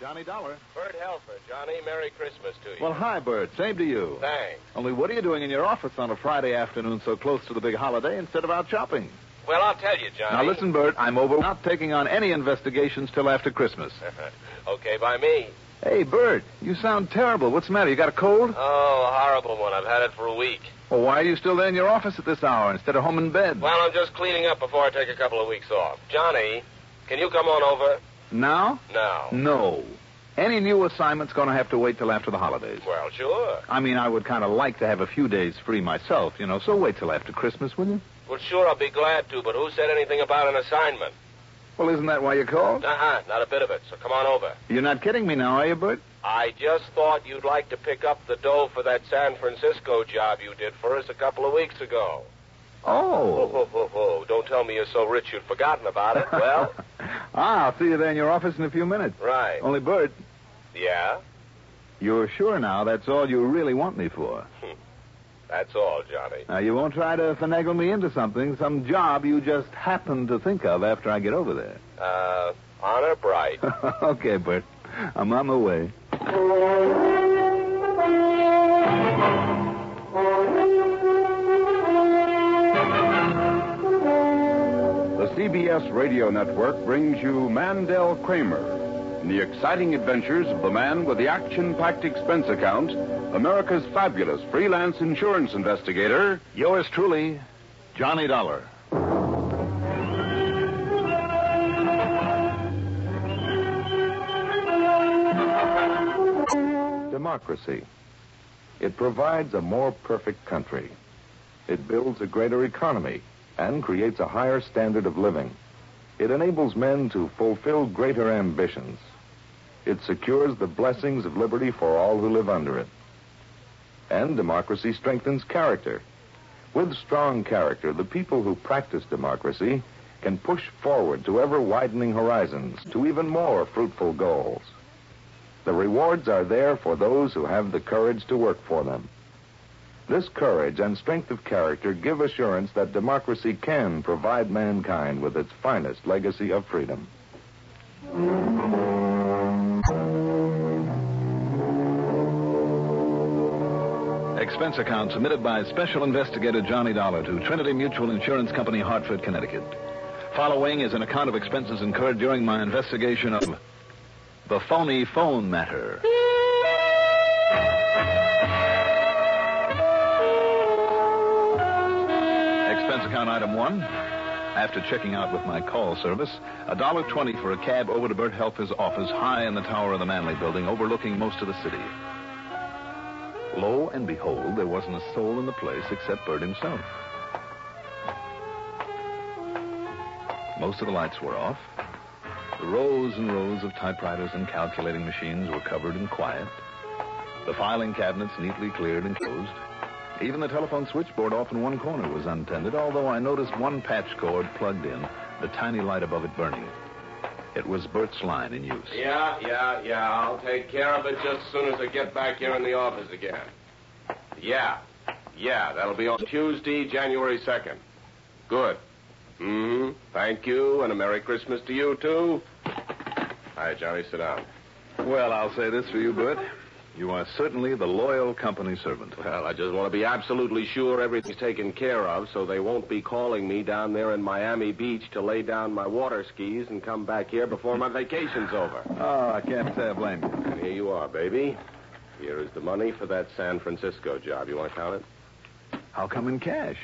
Johnny Dollar. Bert Helfer, Johnny, Merry Christmas to you. Well, hi, Bert. Same to you. Thanks. Only what are you doing in your office on a Friday afternoon so close to the big holiday instead of out shopping? Well, I'll tell you, Now Johnny. listen, Bert, I'm over not taking on any investigations till after Christmas. okay, by me. Hey, Bert, you sound terrible. What's the matter? You got a cold? Oh, horrible one. I've had it for a week. Well, why are you still there in your office at this hour instead of home in bed? Well, I'm just cleaning up before I take a couple of weeks off. Johnny, can you come on over? Now? Now. No. Any new assignment's going to have to wait till after the holidays. Well, sure. I mean, I would kind of like to have a few days free myself, you know, so wait till after Christmas, will you? Well, sure, I'll be glad to, but who said anything about an assignment? Well, isn't that why you called? Uh-uh, not a bit of it, so come on over. You're not kidding me now, are you, Bert? I just thought you'd like to pick up the dough for that San Francisco job you did for us a couple of weeks ago. Oh, Oh. oh, oh, oh. Don't tell me you're so rich you've forgotten about it. Well, ah, I'll see you there in your office in a few minutes. right. Only, Bert, Yeah? you're sure now that's all you really want me for. That's all, Johnny. Now, you won't try to finagle me into something, some job you just happened to think of after I get over there. Uh, honor bright. okay, Bert. I'm on my way. The CBS Radio Network brings you Mandel Kramer in the exciting adventures of the man with the action packed expense account, America's fabulous freelance insurance investigator. Yours truly, Johnny Dollar. Democracy. It provides a more perfect country, it builds a greater economy, and creates a higher standard of living. It enables men to fulfill greater ambitions. It secures the blessings of liberty for all who live under it. And democracy strengthens character. With strong character, the people who practice democracy can push forward to ever widening horizons, to even more fruitful goals. The rewards are there for those who have the courage to work for them. This courage and strength of character give assurance that democracy can provide mankind with its finest legacy of freedom. Expense account submitted by Special Investigator Johnny Dollar to Trinity Mutual Insurance Company, Hartford, Connecticut. Following is an account of expenses incurred during my investigation of the phony phone matter. Expense account item one. After checking out with my call service, a dollar twenty for a cab over to Bert Helfer's office high in the tower of the Manley building overlooking most of the city. Lo and behold, there wasn't a soul in the place except Bert himself. Most of the lights were off. The rows and rows of typewriters and calculating machines were covered and quiet. The filing cabinets neatly cleared and closed. Even the telephone switchboard off in one corner was untended, although I noticed one patch cord plugged in, the tiny light above it burning. It was Bert's line in use. Yeah, yeah, yeah. I'll take care of it just as soon as I get back here in the office again. Yeah. Yeah, that'll be on Tuesday, January 2nd. Good. hmm Thank you, and a Merry Christmas to you, too. All right, Johnny, sit down. Well, I'll say this for you, Bert. You are certainly the loyal company servant. Well, I just want to be absolutely sure everything's taken care of so they won't be calling me down there in Miami Beach to lay down my water skis and come back here before my vacation's over. Oh, I can't say I blame you. And here you are, baby. Here is the money for that San Francisco job. You want to count it? How come in cash?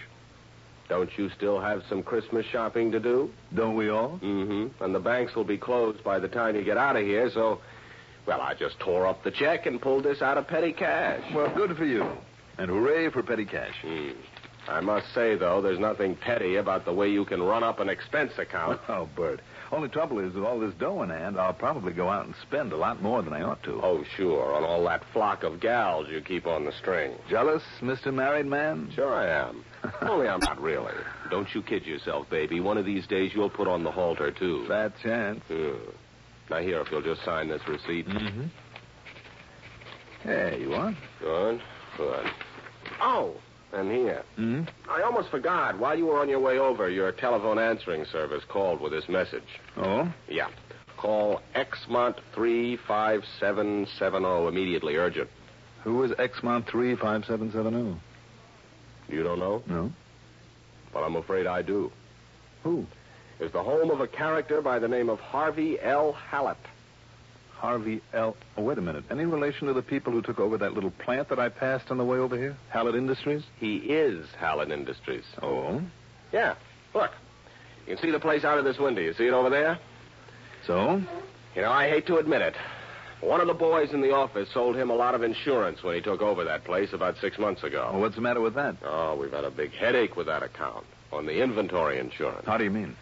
Don't you still have some Christmas shopping to do? Don't we all? Mm-hmm. And the banks will be closed by the time you get out of here, so... Well, I just tore up the check and pulled this out of petty cash. Well, good for you. And hooray for petty cash. Hmm. I must say, though, there's nothing petty about the way you can run up an expense account. Oh, Bert. Only trouble is, with all this dough in hand, I'll probably go out and spend a lot more than I ought to. Oh, sure, on all that flock of gals you keep on the string. Jealous, Mr. Married Man? Sure I am. Only I'm not really. Don't you kid yourself, baby. One of these days you'll put on the halter, too. Fat chance. Yeah. Now, here, if you'll just sign this receipt. Mm-hmm. There you are. Good, good. Oh, and here. Mm-hmm. I almost forgot. While you were on your way over, your telephone answering service called with this message. Oh? Yeah. Call Exmont 35770 immediately, urgent. Who is Xmont 35770? You don't know? oh? No. Well, I'm afraid I do. Who? It's the home of a character by the name of Harvey L. Hallett. Harvey L. Oh, wait a minute. Any relation to the people who took over that little plant that I passed on the way over here? Hallett Industries? He is Hallett Industries. Oh. Yeah. Look. You can see the place out of this window. You see it over there? So? You know, I hate to admit it. One of the boys in the office sold him a lot of insurance when he took over that place about six months Well, ago. what's the matter with that? Oh, we've had a big headache with that account on the inventory insurance. How do you mean?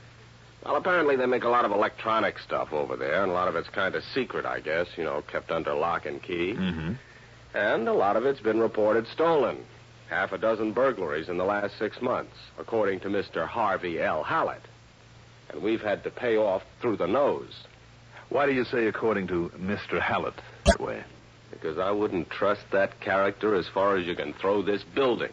Well, apparently they make a lot of electronic stuff over there, and a lot of it's kind of secret, I guess, you know, kept under lock and key. Mm-hmm. And a lot of it's been reported stolen. Half a dozen burglaries in the last six months, according to Mr. Harvey L. Hallett. And we've had to pay off through the nose, Why do you say according to Mr. Hallett that way? because I wouldn't trust that character as far as you can throw this building.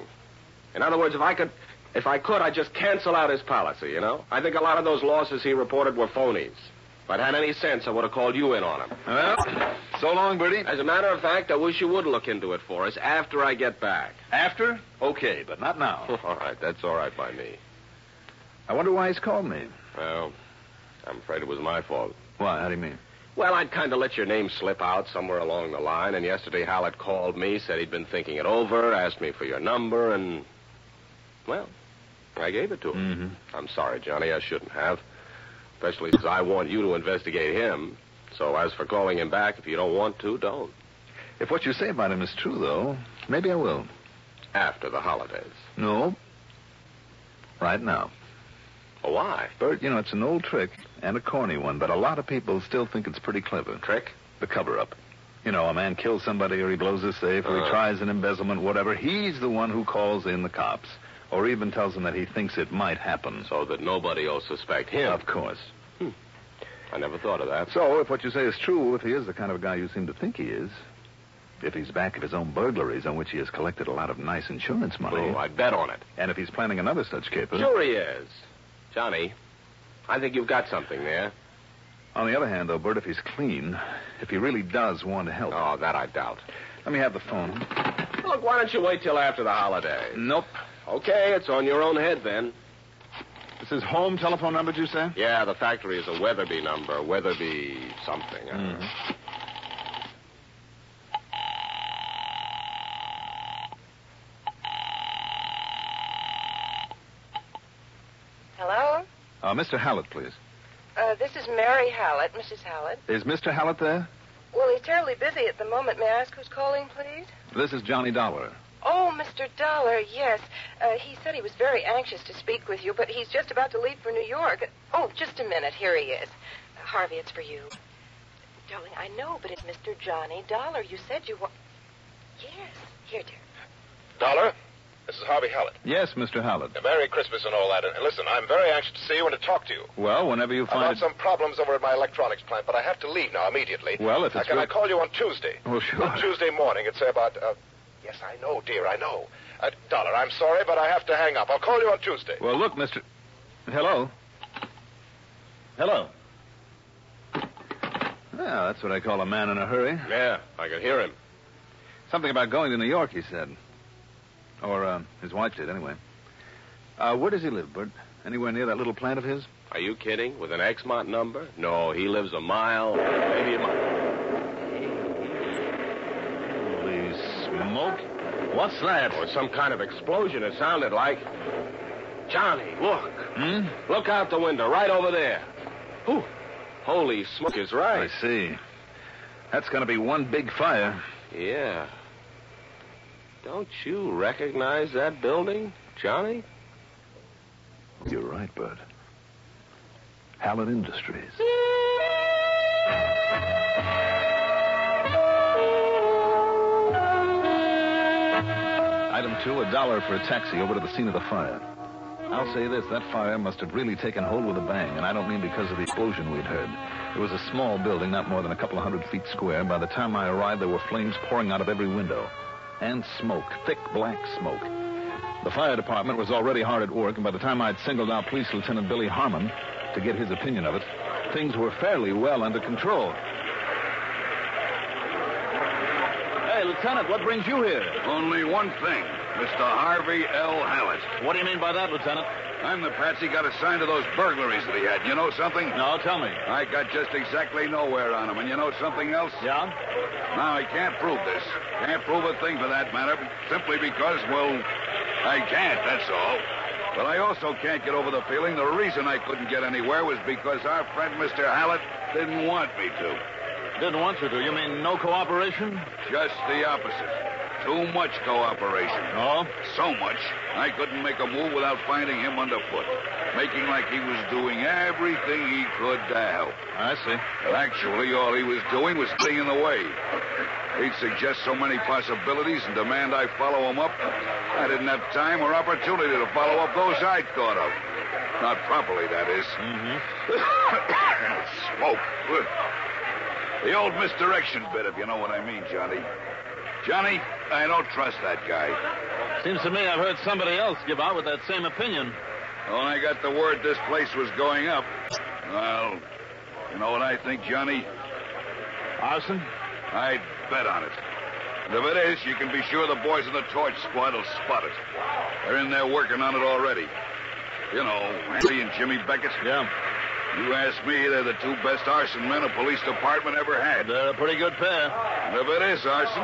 In other words, if I could. If I could, I'd just cancel out his policy, you know? I think a lot of those losses he reported were phonies. If I'd had any sense, I would have called you in on him. Well, so long, Bertie. As a matter of fact, I wish you would look into it for us after I get back. After? Okay, but not now. all right, that's all right by me. I wonder why he's called me. Well, I'm afraid it was my fault. Why? How do you mean? Well, I'd kind of let your name slip out somewhere along the line, and yesterday Hallett called me, said he'd been thinking it over, asked me for your number, and. Well, I gave it to him. Mm-hmm. I'm sorry, Johnny, I shouldn't have. Especially since I want you to investigate him. So as for calling him back, if you don't want to, don't. If what you say about him is true, though, maybe I will. After the holidays. No. Right now. Why? Bert, you know, it's an old trick and a corny one, but a lot of people still think it's pretty clever. Trick? The cover up. You know, a man kills somebody or he blows his safe or he Uh. tries an embezzlement, whatever. He's the one who calls in the cops or even tells them that he thinks it might happen. So that nobody will suspect him. Of course. I never thought of that. So, if what you say is true, if he is the kind of guy you seem to think he is, if he's back at his own burglaries on which he has collected a lot of nice insurance money, Oh, I'd bet on it. and if he's planning another such caper, Sure he is. Johnny, I think you've got something there. on the other hand, though, Bert, if he's clean, if he really does want to help, Oh, that I doubt. let me have the phone. Look, why don't you wait till after the holidays? Nope. Okay, it's on your own head then. This is home telephone number, did you say? Yeah, the factory is a Weatherby number. Weatherby something. I don't know. Hello? Uh, Mr. Hallett, please. Uh, this is Mary Hallett, Mrs. Hallett. Is Mr. Hallett there? Well, he's terribly busy at the moment. May I ask who's calling, please? This is Johnny Dollar. Oh, Mr. Dollar, yes. Uh, he said he was very anxious to speak with you, but he's just about to leave for New York. Oh, just a minute. Here he is. Uh, Harvey, it's for you. Darling, I know, but it's Mr. Johnny Dollar. You said you wa- Yes. Here, dear. Dollar, this is Harvey Hallett. Yes, Mr. Hallett. Now, Merry Christmas and all that. And listen, I'm very anxious to see you and to talk to you. Well, whenever you I've find got some problems over at my electronics plant, but I have to leave now immediately. Well, if Now, it's can real- I call you on Tuesday? Well, sure. On Tuesday morning, it's about. Uh, yes, I know, dear, I know. Uh, Dollar, I'm sorry, but I have to hang up. I'll call you on Tuesday. Well, look, Mr. Hello. Hello. Well, that's what I call a man in a hurry. Yeah, I could hear him. Something about going to New York, he said. Or uh, his wife did, anyway. Uh, where does he live, Bert? Anywhere near that little plant of his? Are you kidding? With an Exmont number? No, he lives a mile, maybe a mile. Holy smoke. What's that? Or some kind of explosion, it sounded like. Johnny, look. Hmm? Look out the window, right over there. Whew. Holy smoke is I right. see. That's going to be one big fire. Yeah. Don't you recognize that building? Johnny? You're right, Bud. Hallett Industries. Item two, a dollar for a taxi over to the scene of the fire. I'll say this, that fire must have really taken hold with a bang, and I don't mean because of the explosion we'd heard. It was a small building, not more than a couple of hundred feet square. By the time I arrived, there were flames pouring out of every window. And smoke, thick black smoke. The fire department was already hard at work, and by the time I'd singled out Police Lieutenant Billy Harmon to get his opinion of it, things were fairly well under control. Hey, Lieutenant, what brings you here? Only one thing, Mr. Harvey L. Hallett. What do you mean by that, Lieutenant? I'm the patsy got assigned to those burglaries that he had. You know something? No, tell me. I got just exactly nowhere on him, and you know something else? Yeah? Now, I can't prove this. Can't prove a thing for that matter, simply because, well, I can't, that's all. But I also can't get over the feeling the reason I couldn't get anywhere was because our friend Mr. Hallett didn't want me to. Didn't want you to. You mean no cooperation? Just the opposite. Too much cooperation. No? So much, I couldn't make a move without finding him underfoot, making like he was doing everything he could to help. I see. But actually, all he was doing was staying in the way. He'd suggest so many possibilities and demand I follow him up. I didn't have time or opportunity to follow up those I'd thought of. Not properly, that is. Smoke. The old misdirection bit, if you know what I mean, Johnny. Johnny, I don't trust that guy. Seems to me I've heard somebody else give out with that same opinion. When I got the word this place was going up, well, you know what I think, Johnny? Arson? I'd bet on it. And if it is, you can be sure the boys in the torch squad will spot it. They're in there working on it already. You know, Andy and Jimmy Beckett. Yeah. You ask me, they're the two best arson men a police department ever had. They're a pretty good pair. And if it is arson,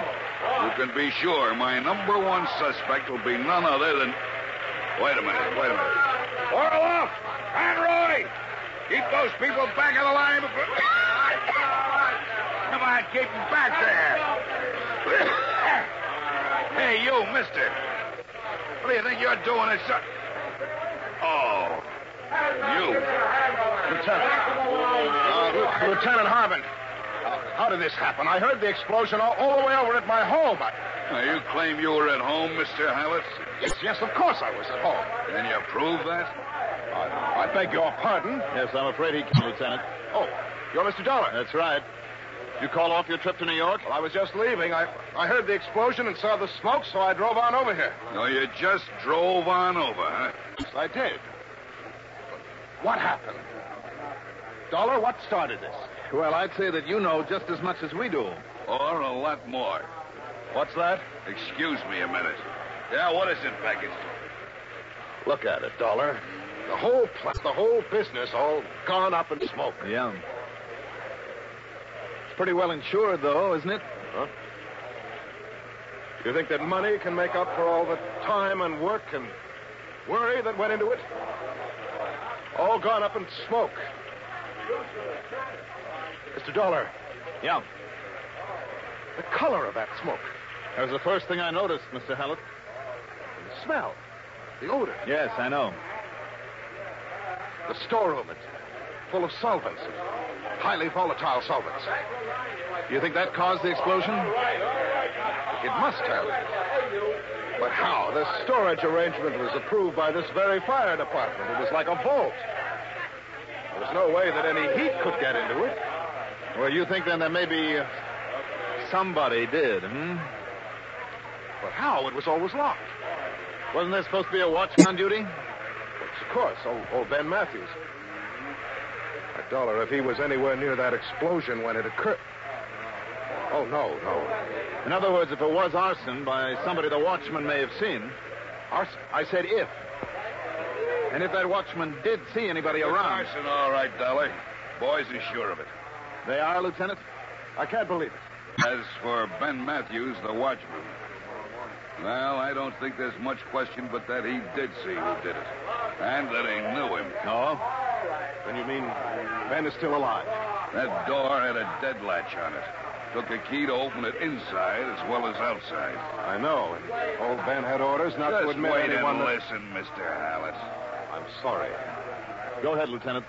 you can be sure my number one suspect will be none other than. Wait a minute, wait a minute. Orloff! Conroy! Keep those people back of the line before. Come on, keep them back there. hey, you, mister. What do you think you're doing? It's. Oh. You. Uh, Lieutenant Harmon, how did this happen? I heard the explosion all, all the way over at my home. I... Now, you claim you were at home, Mr. Hallett? Yes, yes, of course I was at home. Can you prove that? I, I beg your pardon. Yes, I'm afraid he can, Lieutenant. Oh, you're Mr. Dollar. That's right. You call off your trip to New York? Well, I was just leaving. I, I heard the explosion and saw the smoke, so I drove on over here. No, you just drove on over, huh? Yes, I did. What happened? Dollar, what started this? Well, I'd say that you know just as much as we do. Or a lot more. What's that? Excuse me a minute. Yeah, what is it, Beckett? Look at it, Dollar. The whole pla- the whole business all gone up in smoke. Yeah. It's pretty well insured, though, isn't it? You think that money can make up for all the time and work and worry that went into it? All gone up in smoke. Mr. Dollar, Yeah. the color of that smoke, That was the first thing I noticed, Mr. Hallett. the smell, the odor, Yes, I know. the storeroom, it's full of solvents, highly volatile solvents. You think that caused the explosion? It must have. But how? The storage arrangement was approved by this very fire department. It was like a vault. There was no way that any heat could get into it. Well, you think then that maybe uh, somebody did, hmm? But how? It was always locked. Wasn't there supposed to be a watchman on duty? Of course, old, old Ben Matthews. A dollar if he was anywhere near that explosion when it occurred. Oh, no, no. In other words, if it was arson by somebody the watchman may have seen. Arson. I said if. And if that watchman did see anybody around. Arson, all right, Dollar. Boys are sure of it. They are, Lieutenant? I can't believe it. As for Ben Matthews, the watchman, well, I don't think there's much question but that he did see who did it, and that he knew him. No. Then you mean Ben is still alive? That door had a dead latch on it. Took a key to open it inside as well as outside. I know. and Old Ben had orders not to Just admit wait anyone. and that- listen, Mr. Hallett. I'm sorry. Go ahead, Lieutenant.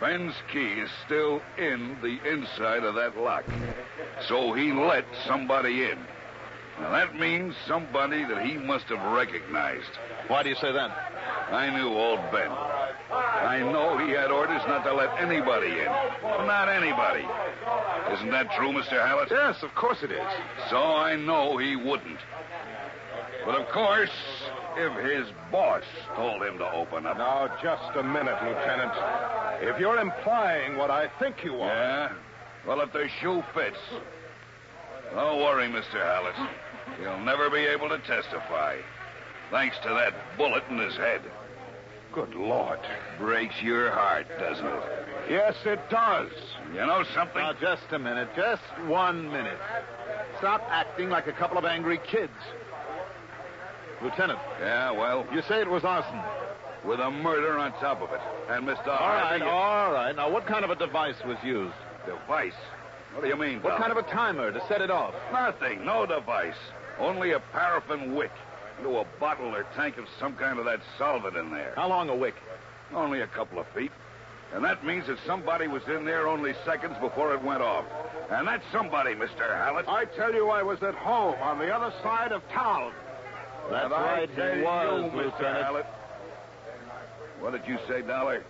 Ben's key is still in the inside of that lock. So he let somebody in. Now that means somebody that he must have recognized. Why do you say that? I knew old Ben. I know he had orders not to let anybody in. Not anybody. Isn't that true, Mr. Hallett? Yes, of course it is. So I know he wouldn't. But of course, if his boss told him to open up. Now, just a minute, Lieutenant. If you're implying what I think you are. Yeah? Well, if the shoe fits. Don't worry, Mr. Hallett. He'll never be able to testify. Thanks to that bullet in his head. Good Lord. Breaks your heart, doesn't it? Yes, it does. You know something? Now, just a minute. Just one minute. Stop acting like a couple of angry kids. Lieutenant, Yeah, well, you say it was arson. with a murder on top of it. And Mr. All right, Harvey, all right. Now, what kind of a device was used? device. What do you mean? What Doc? kind of a timer to set it off? Nothing. No device. Only a paraffin wick into a bottle or tank of some kind of that solvent in there. How long a wick? Only a couple of feet. And that means that somebody was in there only seconds before it went off. And that somebody, Mr. Hallett. I tell you, I was at home on the other side of town. That's And I right, tell he was, you, Mr. Lieutenant. Hallett. What did you say, Dollar?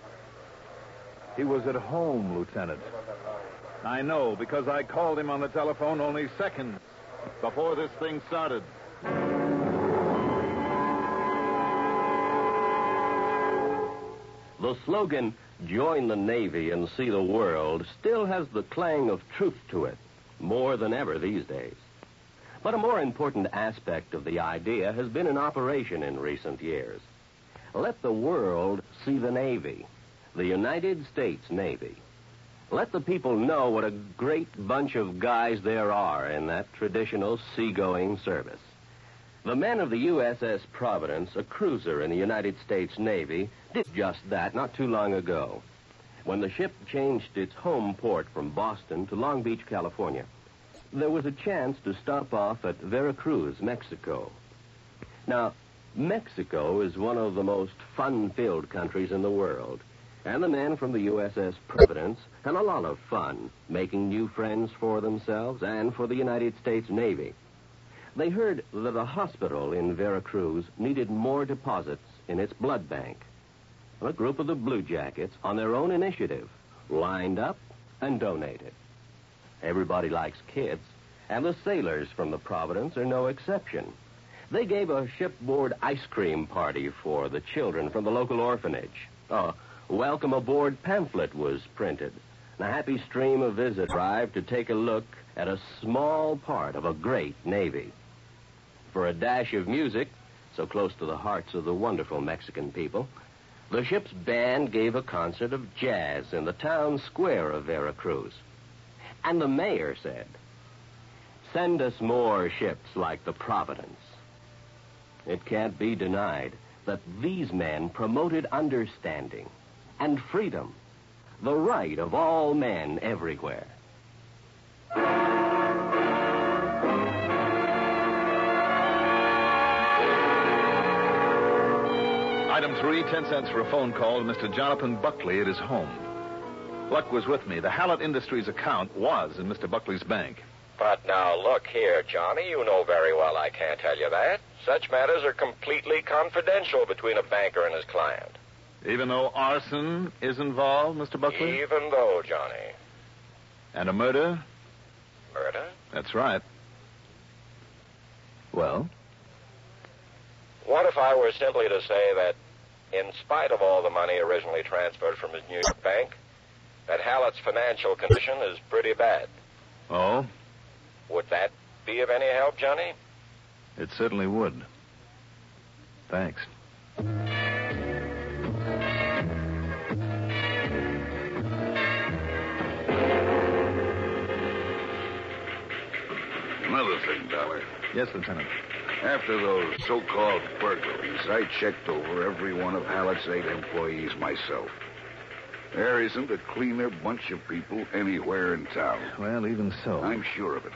He was at home, Lieutenant. I know, because I called him on the telephone only seconds before this thing started. The slogan, Join the Navy and See the World, still has the clang of truth to it, more than ever these days. But a more important aspect of the idea has been in operation in recent years. Let the world see the Navy, the United States Navy. Let the people know what a great bunch of guys there are in that traditional seagoing service. The men of the USS Providence, a cruiser in the United States Navy, did just that not too long ago when the ship changed its home port from Boston to Long Beach, California. There was a chance to stop off at Veracruz, Mexico. Now, Mexico is one of the most fun filled countries in the world, and the men from the USS Providence had a lot of fun making new friends for themselves and for the United States Navy. They heard that a hospital in Veracruz needed more deposits in its blood bank. A group of the Blue Jackets, on their own initiative, lined up and donated. Everybody likes kids, and the sailors from the Providence are no exception. They gave a shipboard ice cream party for the children from the local orphanage. A welcome aboard pamphlet was printed. And a happy stream of visitors arrived to take a look at a small part of a great navy. For a dash of music, so close to the hearts of the wonderful Mexican people, the ship's band gave a concert of jazz in the town square of Veracruz. And the mayor said, Send us more ships like the Providence. It can't be denied that these men promoted understanding and freedom, the right of all men everywhere. Item three, ten cents for a phone call to Mr. Jonathan Buckley at his home. Luck was with me. The Hallett Industries account was in Mr. Buckley's bank. But now look here, Johnny, you know very well I can't tell you that. Such matters are completely confidential between a banker and his client. Even though arson is involved, Mr. Buckley? Even though, Johnny, And a murder? murder? That's right. Well? What if I were simply to say that, in spite of all the money originally transferred from his New York bank, that Hallett's financial condition is pretty bad? Oh, Would that be of any help, Johnny? it certainly would. Thanks. Another thing, Dollar. Yes, Lieutenant. After those so-called burglaries, I checked over every one of Hallett's eight employees myself. There isn't a cleaner bunch of people anywhere in town. Well, even so. I'm sure of it.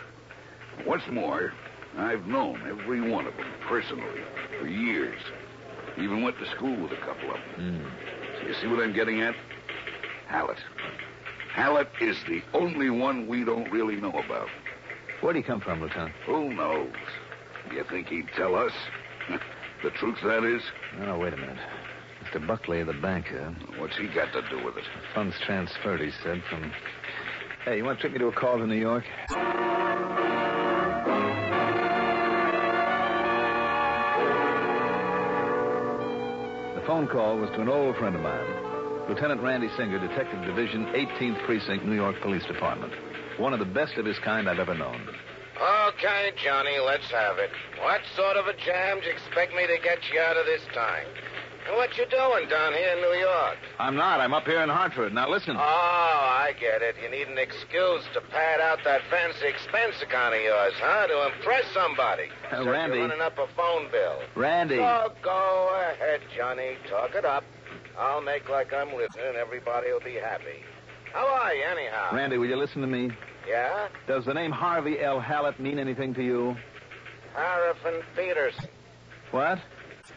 What's more, I've known every one of them personally for years. Even went to school with a couple of them. So you see what I'm getting at? Hallett. Hallett is the only one we don't really know about. Where'd he come from, Lieutenant? Who knows? You think he'd tell us? the truth, that is. Oh, wait a minute. Mr. Buckley, the banker. What's he got to do with it? Funds transferred, he said, from. Hey, you want to take me to a call to New York? The phone call was to an old friend of mine, Lieutenant Randy Singer, Detective Division, 18th Precinct, New York Police Department. One of the best of his kind I've ever known. Okay, Johnny, let's have it. What sort of a jam do you expect me to get you out of this time? And what you doing down here in New York? I'm not. I'm up here in Hartford. Now listen. Oh, I get it. You need an excuse to pad out that fancy expense account of yours, huh? To impress somebody. Uh, So Randy. You're running up a phone bill. Randy. Oh, go ahead, Johnny. Talk it up. I'll make like I'm listening, and everybody will be happy. How are you, anyhow? Randy, will you listen to me? Yeah? Does the name Harvey L. Hallett mean anything to you? Harrison Peterson. What?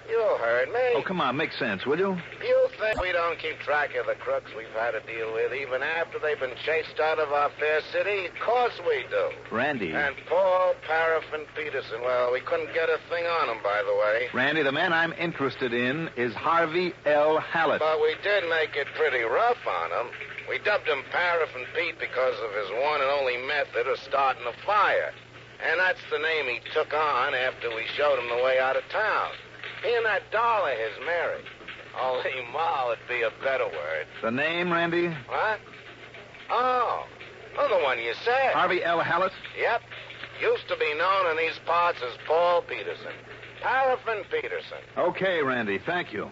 You heard me. Oh, come on, make sense, will you? You think we don't keep track of the crooks we've had to deal with even after they've been chased out of our fair city? Of course we do. Randy. And Paul Paraffin Peterson, well, we couldn't get a thing on him, by the way. Randy, the man I'm interested in is Harvey L. Hallett. But we did make it pretty rough on him. We dubbed him Paraffin Pete because of his one and only method of starting a fire. And that's the name he took on after we showed him the way out of town. He and that doll of his married. Only Ma would be a better word. The name, Randy? What? Oh, well, the one you said. Harvey L. Hallett? Yep. Used to be known in these parts as Paul Peterson. Paraffin Peterson. Okay, Randy, thank you.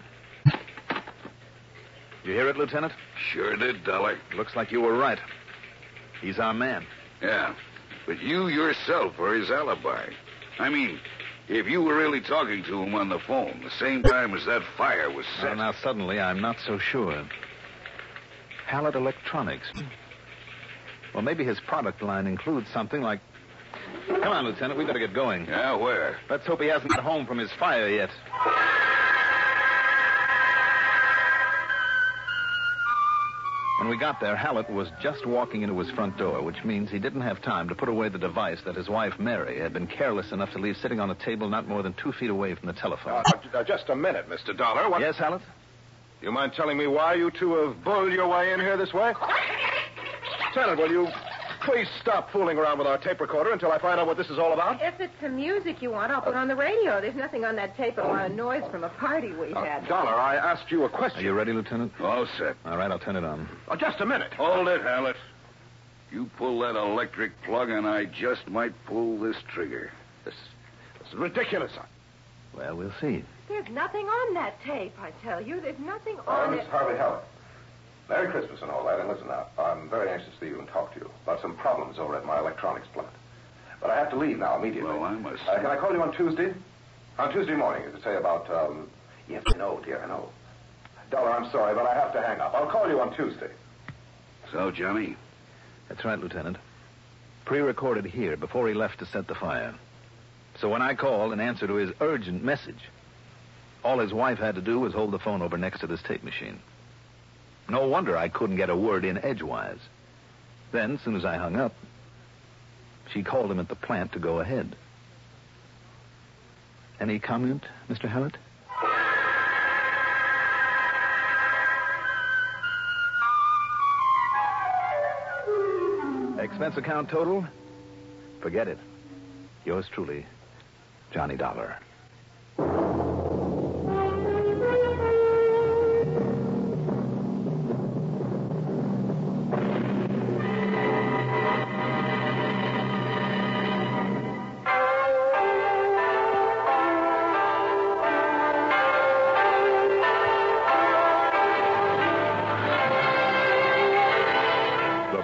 You hear it, Lieutenant? Sure did, Dollar. Looks like you were right. He's our man. Yeah. But you yourself are his alibi. I mean, if you were really talking to him on the phone the same time as that fire was So set. now suddenly I'm not so sure. Hallett Electronics. Well, maybe his product line includes something like. Come on, Lieutenant, we better get going. Yeah, where? Let's hope he hasn't got home from his fire yet. When we got there, Hallett was just walking into his front door, which means he didn't have time to put away the device that his wife, Mary, had been careless enough to leave sitting on a table not more than two feet away from the telephone. Now, now, just a minute, Mr. Dollar. What? Yes, Hallett? You mind telling me why you two have bulled your way in here this way? Lieutenant, will you please stop fooling around with our tape recorder until I find out what this is all about? If it's the music you want, I'll put on the radio. There's nothing on that tape but a lot of noise from a party we Uh, had. Dollar, I asked you a question. Are you ready, Lieutenant? All set. All right, I'll turn it on. Uh, just a minute. Hold it, Hallett. You pull that electric plug, and I just might pull this trigger. This, this is ridiculous. Well, we'll see. There's nothing on that tape, I tell you. There's nothing on it. Harvey Hallett. Merry Christmas and all that, and listen now. I'm very anxious to see you and talk to you about some problems over at my electronics plant. But I have to leave now immediately. Well, I must- Uh, can I call you on Tuesday? On Tuesday morning, you could say about, um... Yes, I know, dear, I know. Dollar, I'm sorry, but I have to hang up. I'll call you on Tuesday. So, Johnny, That's right, Lieutenant. Pre recorded here before he left to set the fire. So when I called in answer to his urgent message, all his wife had to do was hold the phone over next to this tape machine. No wonder I couldn't get a word in edgewise. Then, soon as I hung up, she called him at the plant to go ahead. Any comment, Mr. Hallett? Expense account total? Forget it. Yours truly, Johnny Dollar. The